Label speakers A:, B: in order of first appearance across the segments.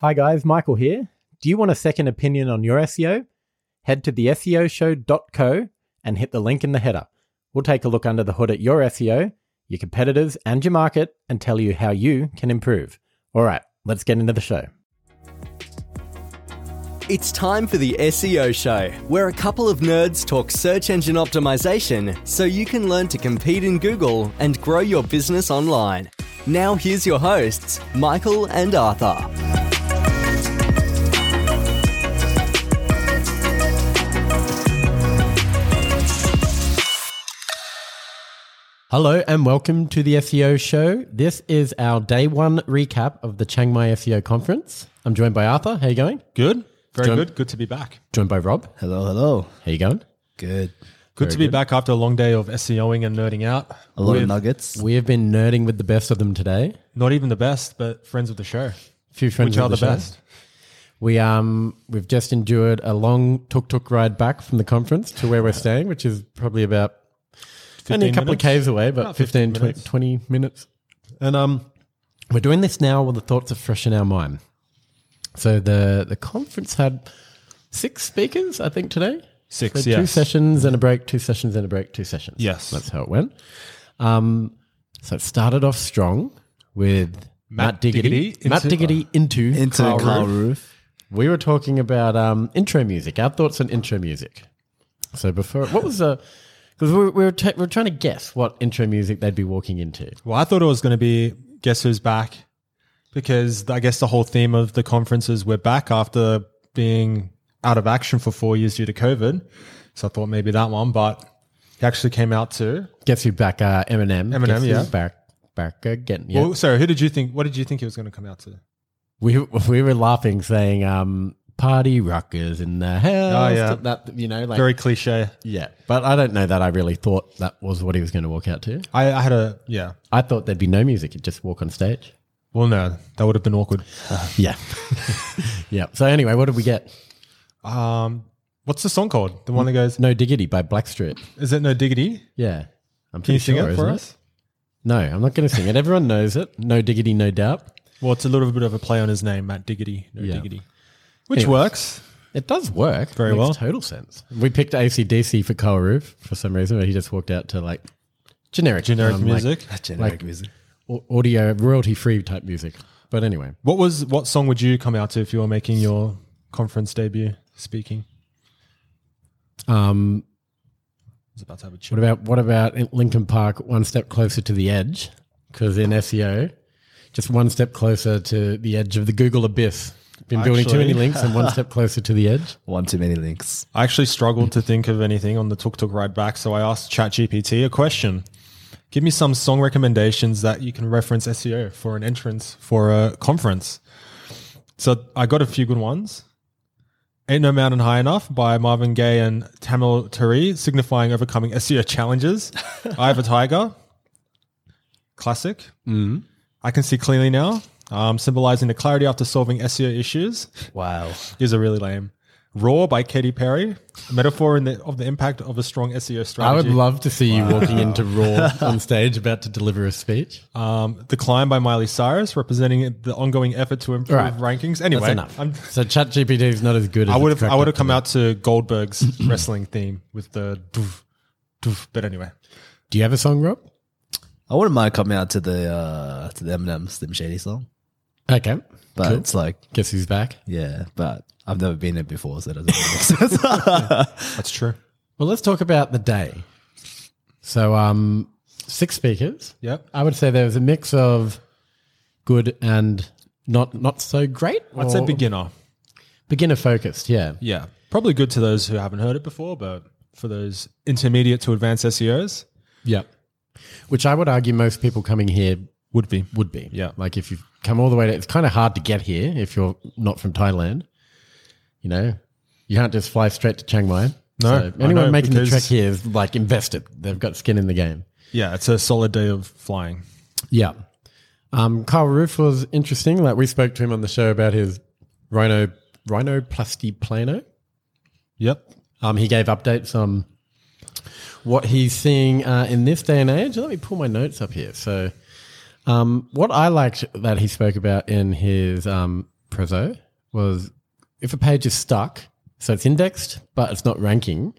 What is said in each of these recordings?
A: Hi guys, Michael here. Do you want a second opinion on your SEO? Head to the SEOshow.co and hit the link in the header. We'll take a look under the hood at your SEO, your competitors, and your market and tell you how you can improve. All right, let's get into the show.
B: It's time for the SEO Show, where a couple of nerds talk search engine optimization so you can learn to compete in Google and grow your business online. Now, here's your hosts, Michael and Arthur.
A: Hello and welcome to the SEO Show. This is our day one recap of the Chiang Mai SEO Conference. I'm joined by Arthur. How you going?
C: Good. Very
A: John-
C: good. Good to be back.
A: Joined by Rob.
D: Hello, hello.
A: How you going?
D: Good.
C: Good to be back after a long day of SEOing and nerding out.
D: A lot
C: With
D: of nuggets.
A: We have been nerding with the best of them today.
C: Not even the best, but friends of the show.
A: Few friends
C: Which are
A: of
C: the,
A: show.
C: best?
A: We um we've just endured a long tuk tuk ride back from the conference to where we're staying, which is probably about only a
C: 15
A: couple
C: minutes?
A: of k's away, but
C: About
A: 15, 20
C: 15 minutes.
A: 20 minutes. And um, we're doing this now while the thoughts are fresh in our mind. So the the conference had six speakers, I think, today.
C: Six,
A: So Two
C: yes.
A: sessions and a break. Two sessions and a break. Two sessions.
C: Yes.
A: that's how it went. Um, so it started off strong with Matt,
C: Matt
A: Diggity,
C: Diggity
A: Matt
C: into-
A: Diggity into
D: Into Carl,
A: Rove.
D: Roof.
A: We were talking about um, intro music, our thoughts on intro music. So before, what was the? Because we, were- we were t- we were trying to guess what intro music they'd be walking into.
C: Well, I thought it was going to be Guess Who's Back because I guess the whole theme of the conference is we're back after being out of action for four years due to COVID. So I thought maybe that one, but he actually came out too.
A: Guess who back? Uh, Eminem.
C: Eminem,
A: Guess who's
C: yeah.
A: Back, back again. Yeah.
C: Well, sorry, who did you think? What did you think he was going to come out to?
A: we we were laughing, saying, um, "Party rockers in the house."
C: Oh, yeah.
A: That you know, like
C: Very cliche.
A: yeah. But I don't know that I really thought that was what he was going to walk out to.
C: I, I had a, yeah.
A: I thought there'd be no music; he'd just walk on stage.
C: Well, no, that would have been awkward.
A: Yeah. yeah. So anyway, what did we get?
C: Um, what's the song called? The one that goes,
A: No diggity by Blackstreet.
C: Is it No Diggity?
A: Yeah. I'm
C: Can
A: pretty
C: you sing
A: sure,
C: it for
A: isn't
C: us?
A: No, I'm not going to sing it. Everyone knows it. No diggity, no doubt.
C: Well, it's a little bit of a play on his name, Matt Diggity, no
A: Yeah.
C: Diggity, which
A: Anyways.
C: works.
A: It does work.
C: Very
A: Makes
C: well.
A: total sense. We picked ACDC for Carl Roof for some reason, but he just walked out to like generic,
C: Generic
A: um, like,
C: music.
D: Generic
A: Like-
D: music.
A: au- audio, royalty free type music. But anyway,
C: What was what song would you come out to if you were making your conference debut speaking?
A: um,
C: I was about to have a chat.
A: what about what about Lincoln Park? One step closer to the edge, because in SEO, just one step closer to the edge of the Google abyss. Been building too
C: Actually-
A: many links and one step closer to the edge.
D: One too many links.
C: I actually struggled to think of anything on the tuk tuk ride back, so I asked ChatGPT a question. Give me some song recommendations that you can reference SEO for an entrance for a conference. So I got a few good ones. Ain't No Mountain High Enough by Marvin Gaye and Tamil Tari, signifying overcoming SEO challenges. I Have a Tiger, classic.
A: Mm-hmm.
C: I Can See Clearly Now, um, symbolizing the clarity after solving SEO issues.
D: Wow.
C: These are really lame. Raw by Katy Perry, a metaphor in the, of the impact of a strong SEO strategy.
A: I would love to see you walking into Raw on stage about to deliver a speech.
C: um, the climb by Miley Cyrus, representing the ongoing effort to improve
A: All right.
C: rankings. Anyway,
A: That's enough.
C: I'm,
A: so ChatGPT is not as good. as
C: I would
A: it's
C: have I
A: cracked
C: would have
A: up
C: come
A: to be.
C: out to Goldberg's wrestling theme with the doof, doof. But anyway,
A: Do you have a song, Rob?
D: I wouldn't mind coming out to the uh to the Eminem Slim Shady song.
A: Okay,
D: But
A: Cool.
D: it's like,
A: guess who's back?
D: yeah, but I've never been there before, so it doesn't really make sense.
C: that's true.
A: Well, let's talk about the day. So, um, six speakers.
C: Yep.
A: I would say there was a mix of good and not not so great.
C: I'd say
A: or
C: beginner.
A: beginner focused. Yeah.
C: Yeah, probably good to those who haven't heard it before, but for those intermediate to advanced E SEOs,
A: Yeah. Which I would argue most people coming here
C: would be.
A: would be.
C: Yeah.
A: Like if you've come all the way to, it's kind of hard to get here if you're not from Thailand. You know, you can't just fly straight to Chiang Mai.
C: No, I
A: anyone
C: know,
A: making the
C: because-
A: trek here is like invested. They've got skin in the game.
C: Yeah, it's a solid day of flying.
A: Yeah. Um, Carl Roof was interesting. Like we spoke to him on the show about his rhino rhinoplasty plano.
C: Yep.
A: Um, he gave updates on what he's seeing uh, in this day and age. Let me pull my notes up here. So, um, what I liked that he spoke about in his um, Prezo was if a page is stuck, so it's indexed, but it's not ranking.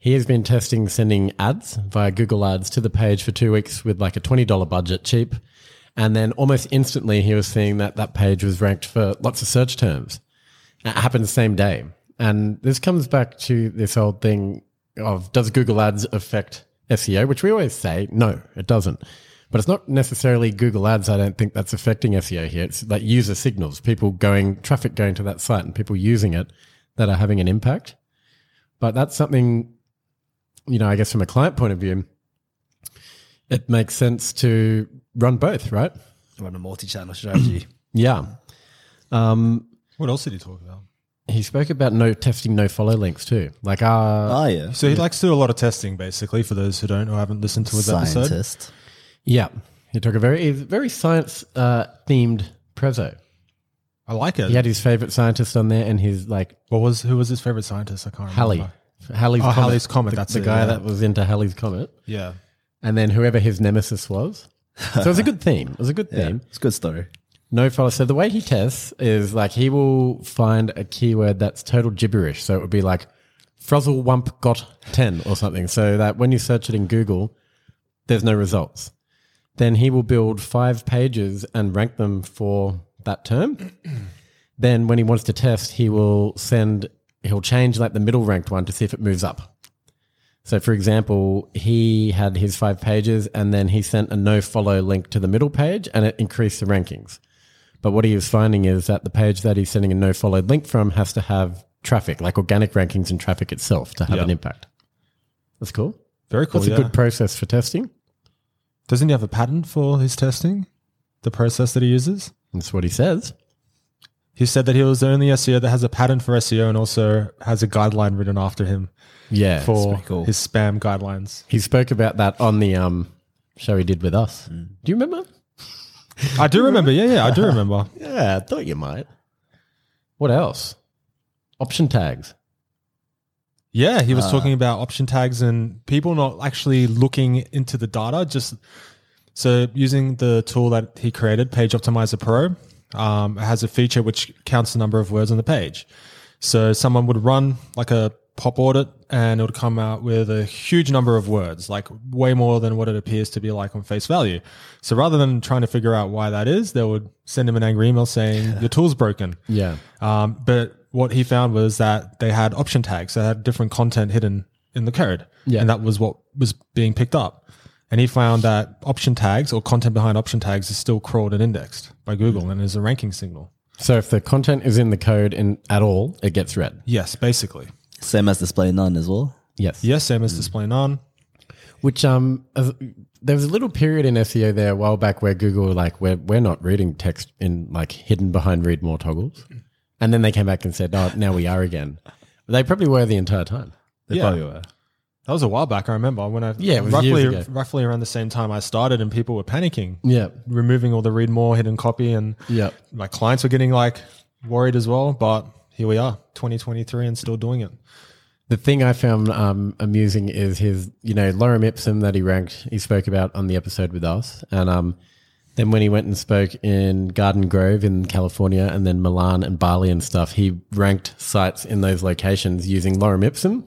A: He has been testing sending ads via Google Ads to the page for two weeks with like a $20 budget, cheap. And then almost instantly, he was seeing that that page was ranked for lots of search terms. It happened the same day. And this comes back to this old thing of does Google Ads affect SEO, which we always say, no, it doesn't. But it's not necessarily Google Ads. I don't think that's affecting SEO here. It's like user signals, people going, traffic going to that site and people using it that are having an impact. But that's something, you know, I guess from a client point of view, it makes sense to run both, right?
D: Run a multi-channel strategy.
A: Yeah. Um,
C: What else did he talk about?
A: he spoke about no testing, no follow links too. Like, uh,
D: oh yeah,
C: So he likes to do a lot of testing, basically, for those who don't or haven't listened to his episode.
D: scientist.
A: yeah, he took a very, very science uh, themed prezzo.
C: I like it.
A: He had his favorite scientist on there and his like
C: What was who was his favorite scientist? I can't
A: Halley.
C: remember.
A: Halley's
C: Oh,
A: comet.
C: Halley's Comet,
A: The,
C: that's
A: the
C: it,
A: guy
C: yeah.
A: that was into Halley's comet,
C: Yeah.
A: and then whoever his nemesis was. So it was a good theme. It was a good
D: Yeah,
A: theme.
D: it's a good story.
A: No follow. So the way he tests is like he will find a keyword that's total gibberish. So it would be like Frizzle Wump got 10 or something. So that when you search it in Google, there's no results. Then he will build five pages and rank them for that term. then when he wants to test, he will send, he'll change like the middle ranked one to see if it moves up. So, for example, he had his five pages and then he sent a no follow link to the middle page and it increased the rankings. But what he was finding is that the page that he's sending a no follow link from has to have traffic, like organic rankings and traffic itself to have
C: Yeah.
A: an impact. That's cool.
C: Very cool.
A: That's
C: yeah.
A: a good process for testing.
C: Doesn't he have a patent for his testing? The process that he uses?
A: That's what he says.
C: He said that he was the only SEO that has a patent for SEO and also has a guideline written after him
A: Yeah.
C: for
D: cool.
C: his spam guidelines.
A: he spoke about that on the um, show he did with us. Do you remember?
C: I do remember. Yeah, yeah, I do remember.
A: Yeah, I thought you might. What else? Option tags.
C: Yeah, he was talking about option tags and people not actually looking into the data. Just so using the tool that he created, Page Optimizer Pro, um, it has a feature which counts the number of words on the page. So someone would run like a pop audit and it would come out with a huge number of words, like way more than what it appears to be like on face value. So rather than trying to figure out why that is, they would send him an angry email saying, Your tool's broken.
A: Yeah.
C: Um, but what he found was that they had option tags that had different content hidden in the code.
A: Yeah.
C: And that was what was being picked up. And he found that option tags or content behind option tags is still crawled and indexed by Google and is a ranking signal.
A: So if the content is in the code in, at all, it gets read.
C: Yes, basically.
D: Same as display none as well.
A: Yes.
C: Yes, same as display none.
A: Which um, as- there was a little period in SEO there a while back where Google were like, we're we're not reading text in like hidden behind read more toggles, and then they came back and said, oh, now we are again. They probably were the entire time.
D: They
C: Yeah.
D: probably were.
C: That was a while back. I remember when I
A: Yeah, it was
C: roughly
A: years ago.
C: roughly around the same time I started, and people were panicking,
A: Yeah.
C: removing all the read more hidden copy, and
A: Yeah.
C: my clients were getting like worried as well. But here we are, 2023, and still doing it.
A: The thing I found um, amusing is his, you know, lorem ipsum that he ranked, he spoke about on the episode with us. And um, then when he went and spoke in Garden Grove in California and then Milan and Bali and stuff, he ranked sites in those locations using lorem ipsum.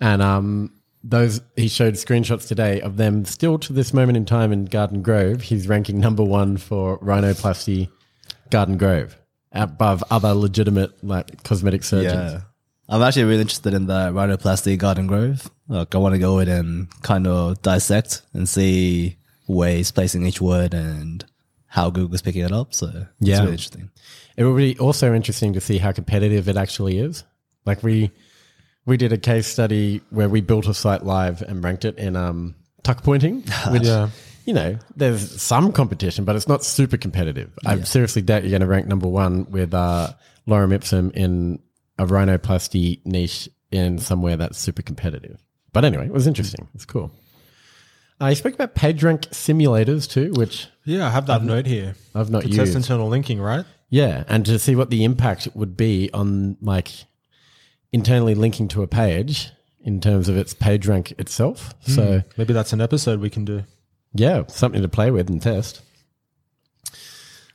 A: And um, those he showed screenshots today of them still to this moment in time in Garden Grove. He's ranking number one for rhinoplasty Garden Grove above other legitimate like cosmetic surgeons.
D: Yeah. I'm actually really interested in the rhinoplasty garden grove. Like, I want to go in and kind of dissect and see where he's placing each word and how Google's picking it up. So
A: Yeah.
D: it's really interesting.
A: It would be also interesting to see how competitive it actually is. Like we we did a case study where we built a site live and ranked it in um, tuck pointing, which
C: Yeah.
A: you know there's some competition, but it's not super competitive. I seriously doubt you're going to rank number one with uh, lorem ipsum in a rhinoplasty niche in somewhere that's super competitive. But anyway, it was interesting. It's cool. I spoke about PageRank simulators too, which
C: Yeah, I have that note here.
A: I've not
C: to
A: used.
C: test internal linking, right?
A: Yeah, and to see what the impact would be on like internally linking to a page in terms of its page rank itself. So
C: Maybe that's an episode we can do.
A: yeah, something to play with and test.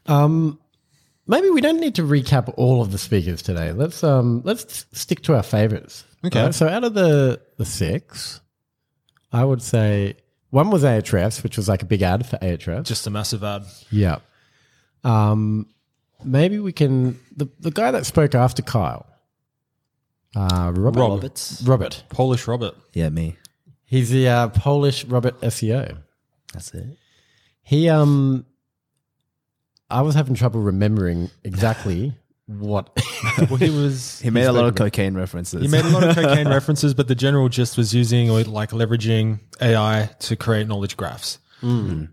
A: Um, Maybe we don't need to recap all of the speakers today. Let's um let's stick to our favorites.
C: Okay.
A: Alright, so out of the the six, I would say one was Ahrefs, which was like a E big ad for Ahrefs.
C: Just a massive ad.
A: yeah. Um, maybe we can the the guy that spoke after Kyle, uh, Robert.
D: Roberts.
A: Robert.
C: Polish Robert.
D: Yeah, me.
A: He's the uh, Polish Robert SEO.
D: That's it.
A: He um I was having trouble remembering exactly what
C: Well, he was.
D: He made a lot of cocaine references.
C: He made a lot of cocaine references, but the general gist was using or like leveraging AI to create knowledge graphs.
A: Hmm.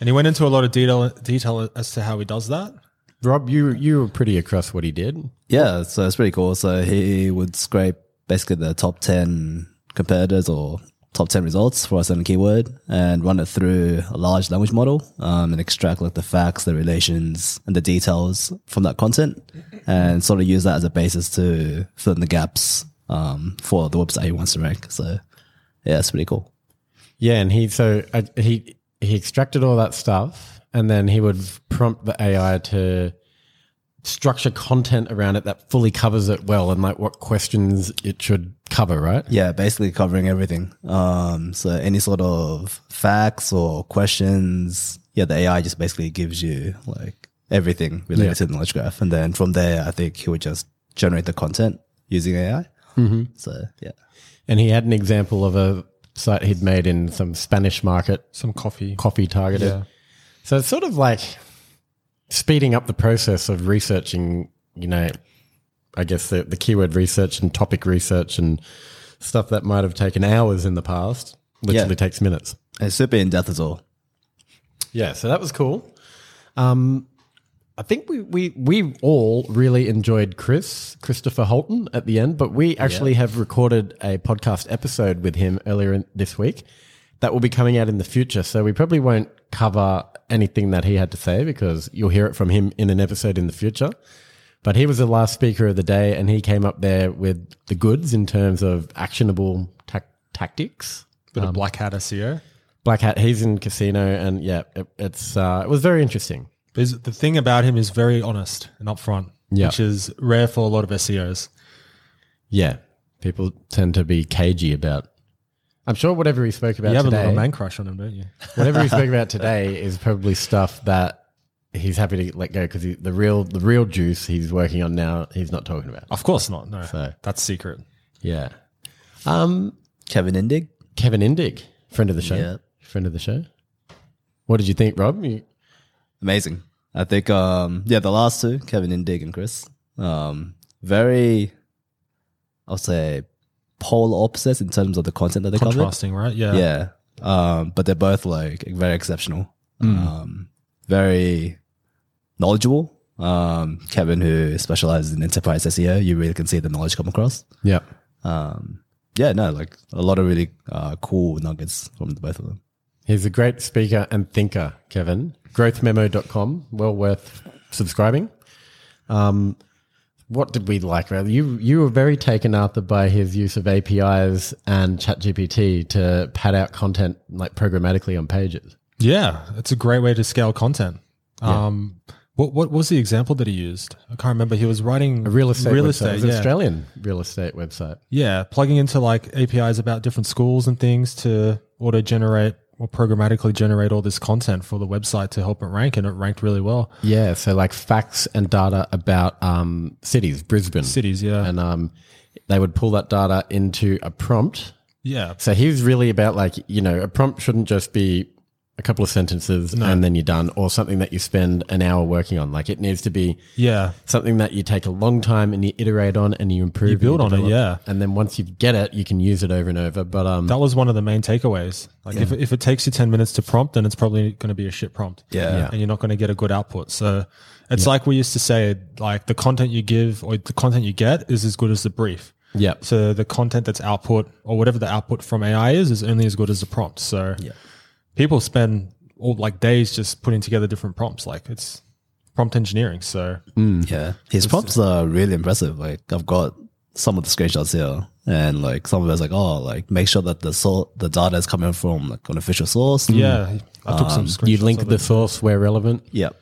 C: And he went into a lot of detail detail as to how he does that.
A: Rob you you were pretty across what he did.
D: Yeah, so it's pretty cool. So he would scrape basically the top 10 competitors or top 10 results for a certain keyword and run it through a large language model um, and extract like the facts, the relations, and the details from that content and sort of use that as a basis to fill in the gaps um, for the website he wants to rank. So yeah, it's pretty cool.
A: Yeah, and he so uh, he he extracted all that stuff and then he would prompt the AI to structure content around it that fully covers it well and like what questions it should cover, right?
D: Yeah, basically covering everything. Um, so any sort of facts or questions, yeah, the AI just basically gives you like everything related to the knowledge graph, and then from there, I think he would just generate the content using AI. Mm-hmm. So yeah,
A: And he had an example of a site he'd made in some Spanish market
C: Some coffee.
A: coffee targeted.
C: Yeah.
A: So it's sort of like speeding up the process of researching, you know, I guess the, the keyword research and topic research and stuff that might have taken hours in the past literally
D: Yeah.
A: takes minutes.
D: and it's super in depth as well.
A: Yeah, so that was cool. Um, I think we, we we all really enjoyed Chris Christopher Holton at the end, but we actually have recorded a podcast episode with him earlier in, this week that will be coming out in the future. So we probably won't cover anything that he had to say because you'll hear it from him in an episode in the future. But he was the last speaker of the day, and he came up there with the goods in terms of actionable tac tactics.
C: Bit of black hat E SEO.
A: Black Hat. He's in Casino, and yeah, it, it's uh, it was very interesting.
C: But is- the thing about him is very honest and upfront,
A: Yeah.
C: which is rare for a lot of E SEOs.
A: Yeah, people tend to be cagey about. I'm sure whatever he spoke about
C: You have a little
A: today,
C: man crush on him, don't you?
A: whatever he spoke about today is probably stuff that he's happy to let go because the real the real juice he's working on now he's not talking about.
C: Of course not. No,
A: So-
C: that's secret.
A: Yeah, um,
D: Kevin Indig,
A: Kevin Indig, friend of the show,
D: Yeah.
A: friend of the show. What did you think, Rob? You,
D: amazing. I think um, yeah, the last two, Kevin Indig and Chris, um, very, I'll say, polar opposites in terms of the content that they cover.
C: Contrasting, right? Yeah.
D: yeah. Um, but they're both like very exceptional, um, very knowledgeable. Um, Kevin, who specializes in enterprise SEO, you really can see the knowledge come across.
A: yeah,
D: Um, yeah, no, like a lot of really uh, cool nuggets from the both of them.
A: he's a great speaker and thinker, Kevin. Growthmemo.com, well worth subscribing. Um, what did we like? Rather, you you were very taken Arthur by his use of APIs and ChatGPT to pad out content like programmatically on pages.
C: Yeah, it's a great way to scale content. Um, what what was the example that he used? I can't remember. He was writing
A: A real estate,
C: real
A: website.
C: estate,
A: It's an
C: yeah.
A: Australian real estate website.
C: yeah, plugging into like APIs about different schools and things to auto generate or programmatically generate all this content for the website to help it rank, and it ranked really well.
A: Yeah, so like facts and data about um, cities, Brisbane
C: Cities, yeah,
A: and um, they would pull that data into a prompt.
C: yeah,
A: So he was really about like you know a prompt shouldn't just be a couple of sentences and then you're done, or something that you spend an hour working on. Like it needs to be
C: yeah.
A: something that you take a long time and you iterate on and you improve, you
C: build on it, yeah.
A: and then once you get it, you can use it over and over. But um,
C: That was one of the main takeaways. Like if, if it takes you 10 minutes to prompt, then it's probably going to be a shit prompt.
D: Yeah. Yeah.
C: And you're not going to get a good output. So it's like we used to say, like the content you give or the content you get is as good as the brief.
A: yeah,
C: So the content that's output or whatever the output from AI is, is only as good as the prompt. So people spend all like days just putting together different prompts. Like it's prompt engineering. So
A: Mm.
D: Yeah. His prompts are really impressive. Like I've got some of the screenshots here and like some of it's like, oh, like make sure that the sort the data is coming from like an official source.
C: yeah, I took some screenshots.
A: you Um, link
C: of
A: the
C: it.
A: source where relevant.
D: Yep.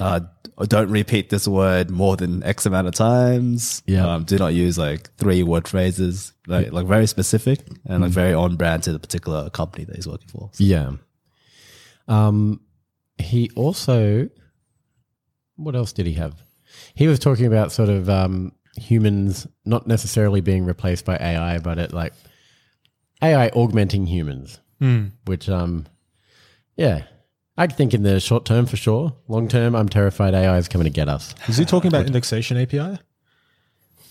D: uh, don't repeat this word more than X amount of times.
A: Yeah.
D: Um, do not use like three word phrases, like, like very specific and like
C: Mm.
D: very on brand to the particular company that he's working for. So,
A: Yeah. Um, he also, what else did he have? He was talking about sort of um, humans not necessarily being replaced by AI, but it like AI augmenting humans,
C: Mm.
A: which um, yeah, I'd think in the short term for sure. Long term, I'm terrified AI is coming to get us.
C: Is he talking about indexation API? Or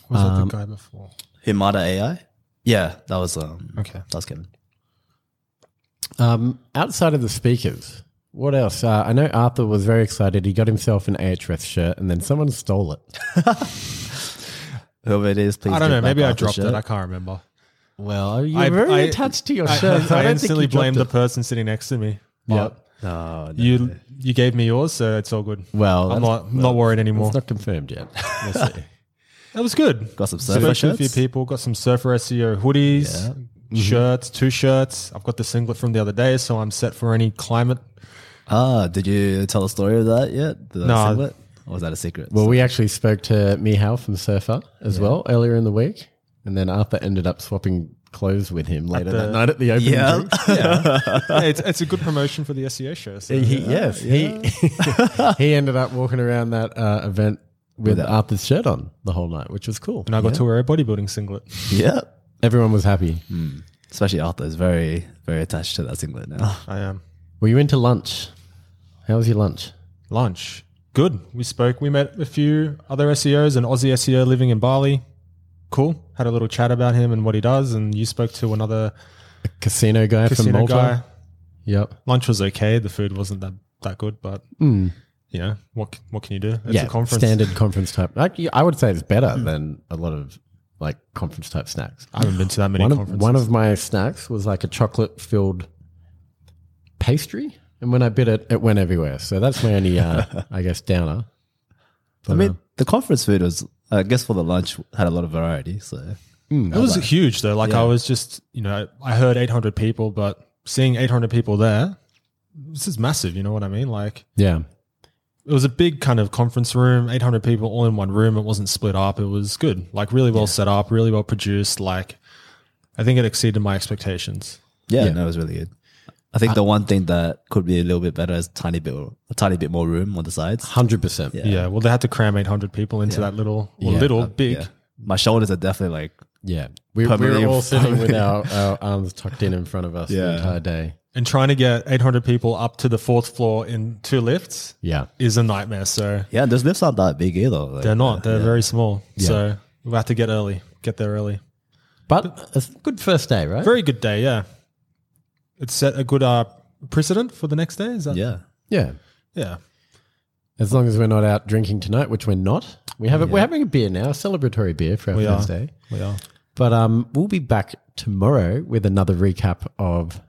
C: Was
A: Um,
C: that the guy before?
D: Himada AI? Yeah, that was, um,
C: Okay.
D: that was Kevin.
A: Um, outside of the speakers, what else? Uh, I know Arthur was very excited. He got himself an AHS shirt, and then someone stole it.
D: Whoever it is, please.
C: I don't
D: get
C: know.
D: back
C: Maybe I
D: off the
C: dropped it.
D: shirt.
C: I can't remember.
A: Well, you're
C: I-
A: very
C: I-
A: attached to your
C: I,
A: shirt. so I,
C: I
A: don't
C: instantly
A: think you
C: blamed the
A: dropped
C: person sitting next to me.
A: it.
C: But You you gave me yours, so it's all good.
A: Well,
C: I'm
A: that's-
C: not not worried anymore.
A: It's not confirmed yet. We'll see.
C: that was good.
D: Got some surfer
C: Spoke to a few
D: shirts?
C: people. Got some surfer SEO hoodies, Mm-hmm. shirts, two shirts. I've got the singlet from the other day, so I'm set for any climate.
D: Ah, did you tell a story of that yet? The
C: No.
D: singlet? Or was that a secret?
A: well, we actually spoke to Mihal from Surfer as well earlier in the week, and then Arthur ended up swapping clothes with him later that night at the opening.
D: Yeah.
A: drinks.
C: Yeah, it's, it's a good promotion for the SEO show. So.
A: He, yes, he he ended up walking around that uh, event with Arthur's shirt on the whole night, which was cool.
C: And I got to wear a bodybuilding singlet.
D: yeah.
A: Everyone was happy.
C: Hmm.
D: Especially Arthur is very, very attached to that singlet now.
C: I am.
A: Were you into lunch? How was your lunch?
C: lunch. Good. We spoke. We met a few other SEOs, an Aussie SEO living in Bali. Cool. Had a little chat about him and what he does. And you spoke to another
A: Casino guy from
C: casino
A: Malta.
C: guy.
A: Yep.
C: Lunch was okay. The food wasn't that, that good, but you know what? c- What can you do? It's a conference.
A: Hmm.
C: Hmm.
A: standard conference type. Like, yeah, I would say it's better than a lot of like conference type snacks.
C: I haven't been to that many
A: One of,
C: conferences.
A: one of my snacks was like a chocolate filled pastry, and when I bit it, it went everywhere. So that's my only, uh, I guess, downer. uh,
D: I mean, the conference food was, I guess, for the lunch had a lot of variety. So
C: it was huge though. Like I was just, you know, I heard 800 people, but seeing 800 people there, this is massive. You know what I mean? Like
A: Yeah,
C: it was a big kind of conference room, 800 people all in one room. It wasn't split up. It was good, like really well set up, really well produced. Like, I think it exceeded my expectations.
D: yeah, no, it was really good. I
C: Uh,
D: think the one thing that could be a little bit better is tiny bit, a tiny bit more room on the sides.
A: hundred percent.
C: Yeah. well, they had to cram 800 people into that little, or little, big.
D: Yeah. My shoulders are definitely like,
A: yeah. We, we
D: Probably-
A: were all sitting with our, our arms tucked in in front of us the
D: Yeah.
A: entire day.
C: And trying to get 800 people up to the fourth floor in two lifts
A: Yeah,
C: is a nightmare. So
D: yeah, those lifts aren't that big either. Like,
C: they're not, they're very small. So we have to get early, get there early.
A: but a good first day, right?
C: Very good day. Yeah. It set a good uh, precedent for the next day. Is that?
D: Yeah.
A: yeah.
C: Yeah.
A: As long as we're not out drinking tonight, which we're not, we have a, we're having a beer now, a celebratory beer for our
C: We are.
A: first day.
C: We are.
A: But um, we'll be back tomorrow with another recap of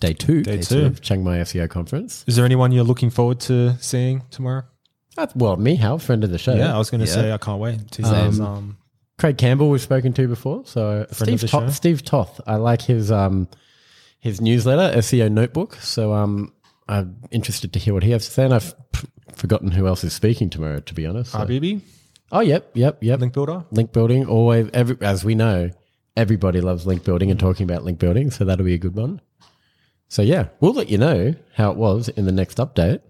A: day two,
C: Day two.
A: of Chiang Mai SEO conference.
C: Is there anyone you're looking forward to seeing tomorrow?
A: Uh, well, Mihal, friend of the show,
C: Yeah, I was going to say I can't wait. To see his, um,
A: Craig Campbell we've spoken to before. So
C: of
A: Steve
C: the show.
A: Toth, Steve Toth, I like his um his newsletter SEO Notebook. So um, I'm interested to hear what he has to say, and I've p- forgotten who else is speaking tomorrow. To be honest, So-
C: RBB
A: oh yep, yep, yep.
C: link builder.
A: link building always every, as we know everybody loves link building and talking about link building so that'll be a good one so yeah we'll let you know how it was in the next update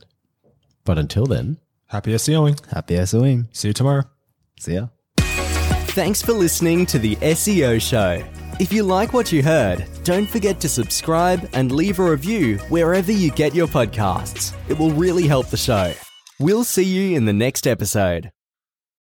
A: but until then
C: Happy SEOing.
D: Happy SOing.
C: See you tomorrow.
D: See ya.
B: Thanks for listening to the SEO Show. If you like what you heard, don't forget to subscribe and leave a review wherever you get your podcasts. It will really help the show. We'll see you in the next episode.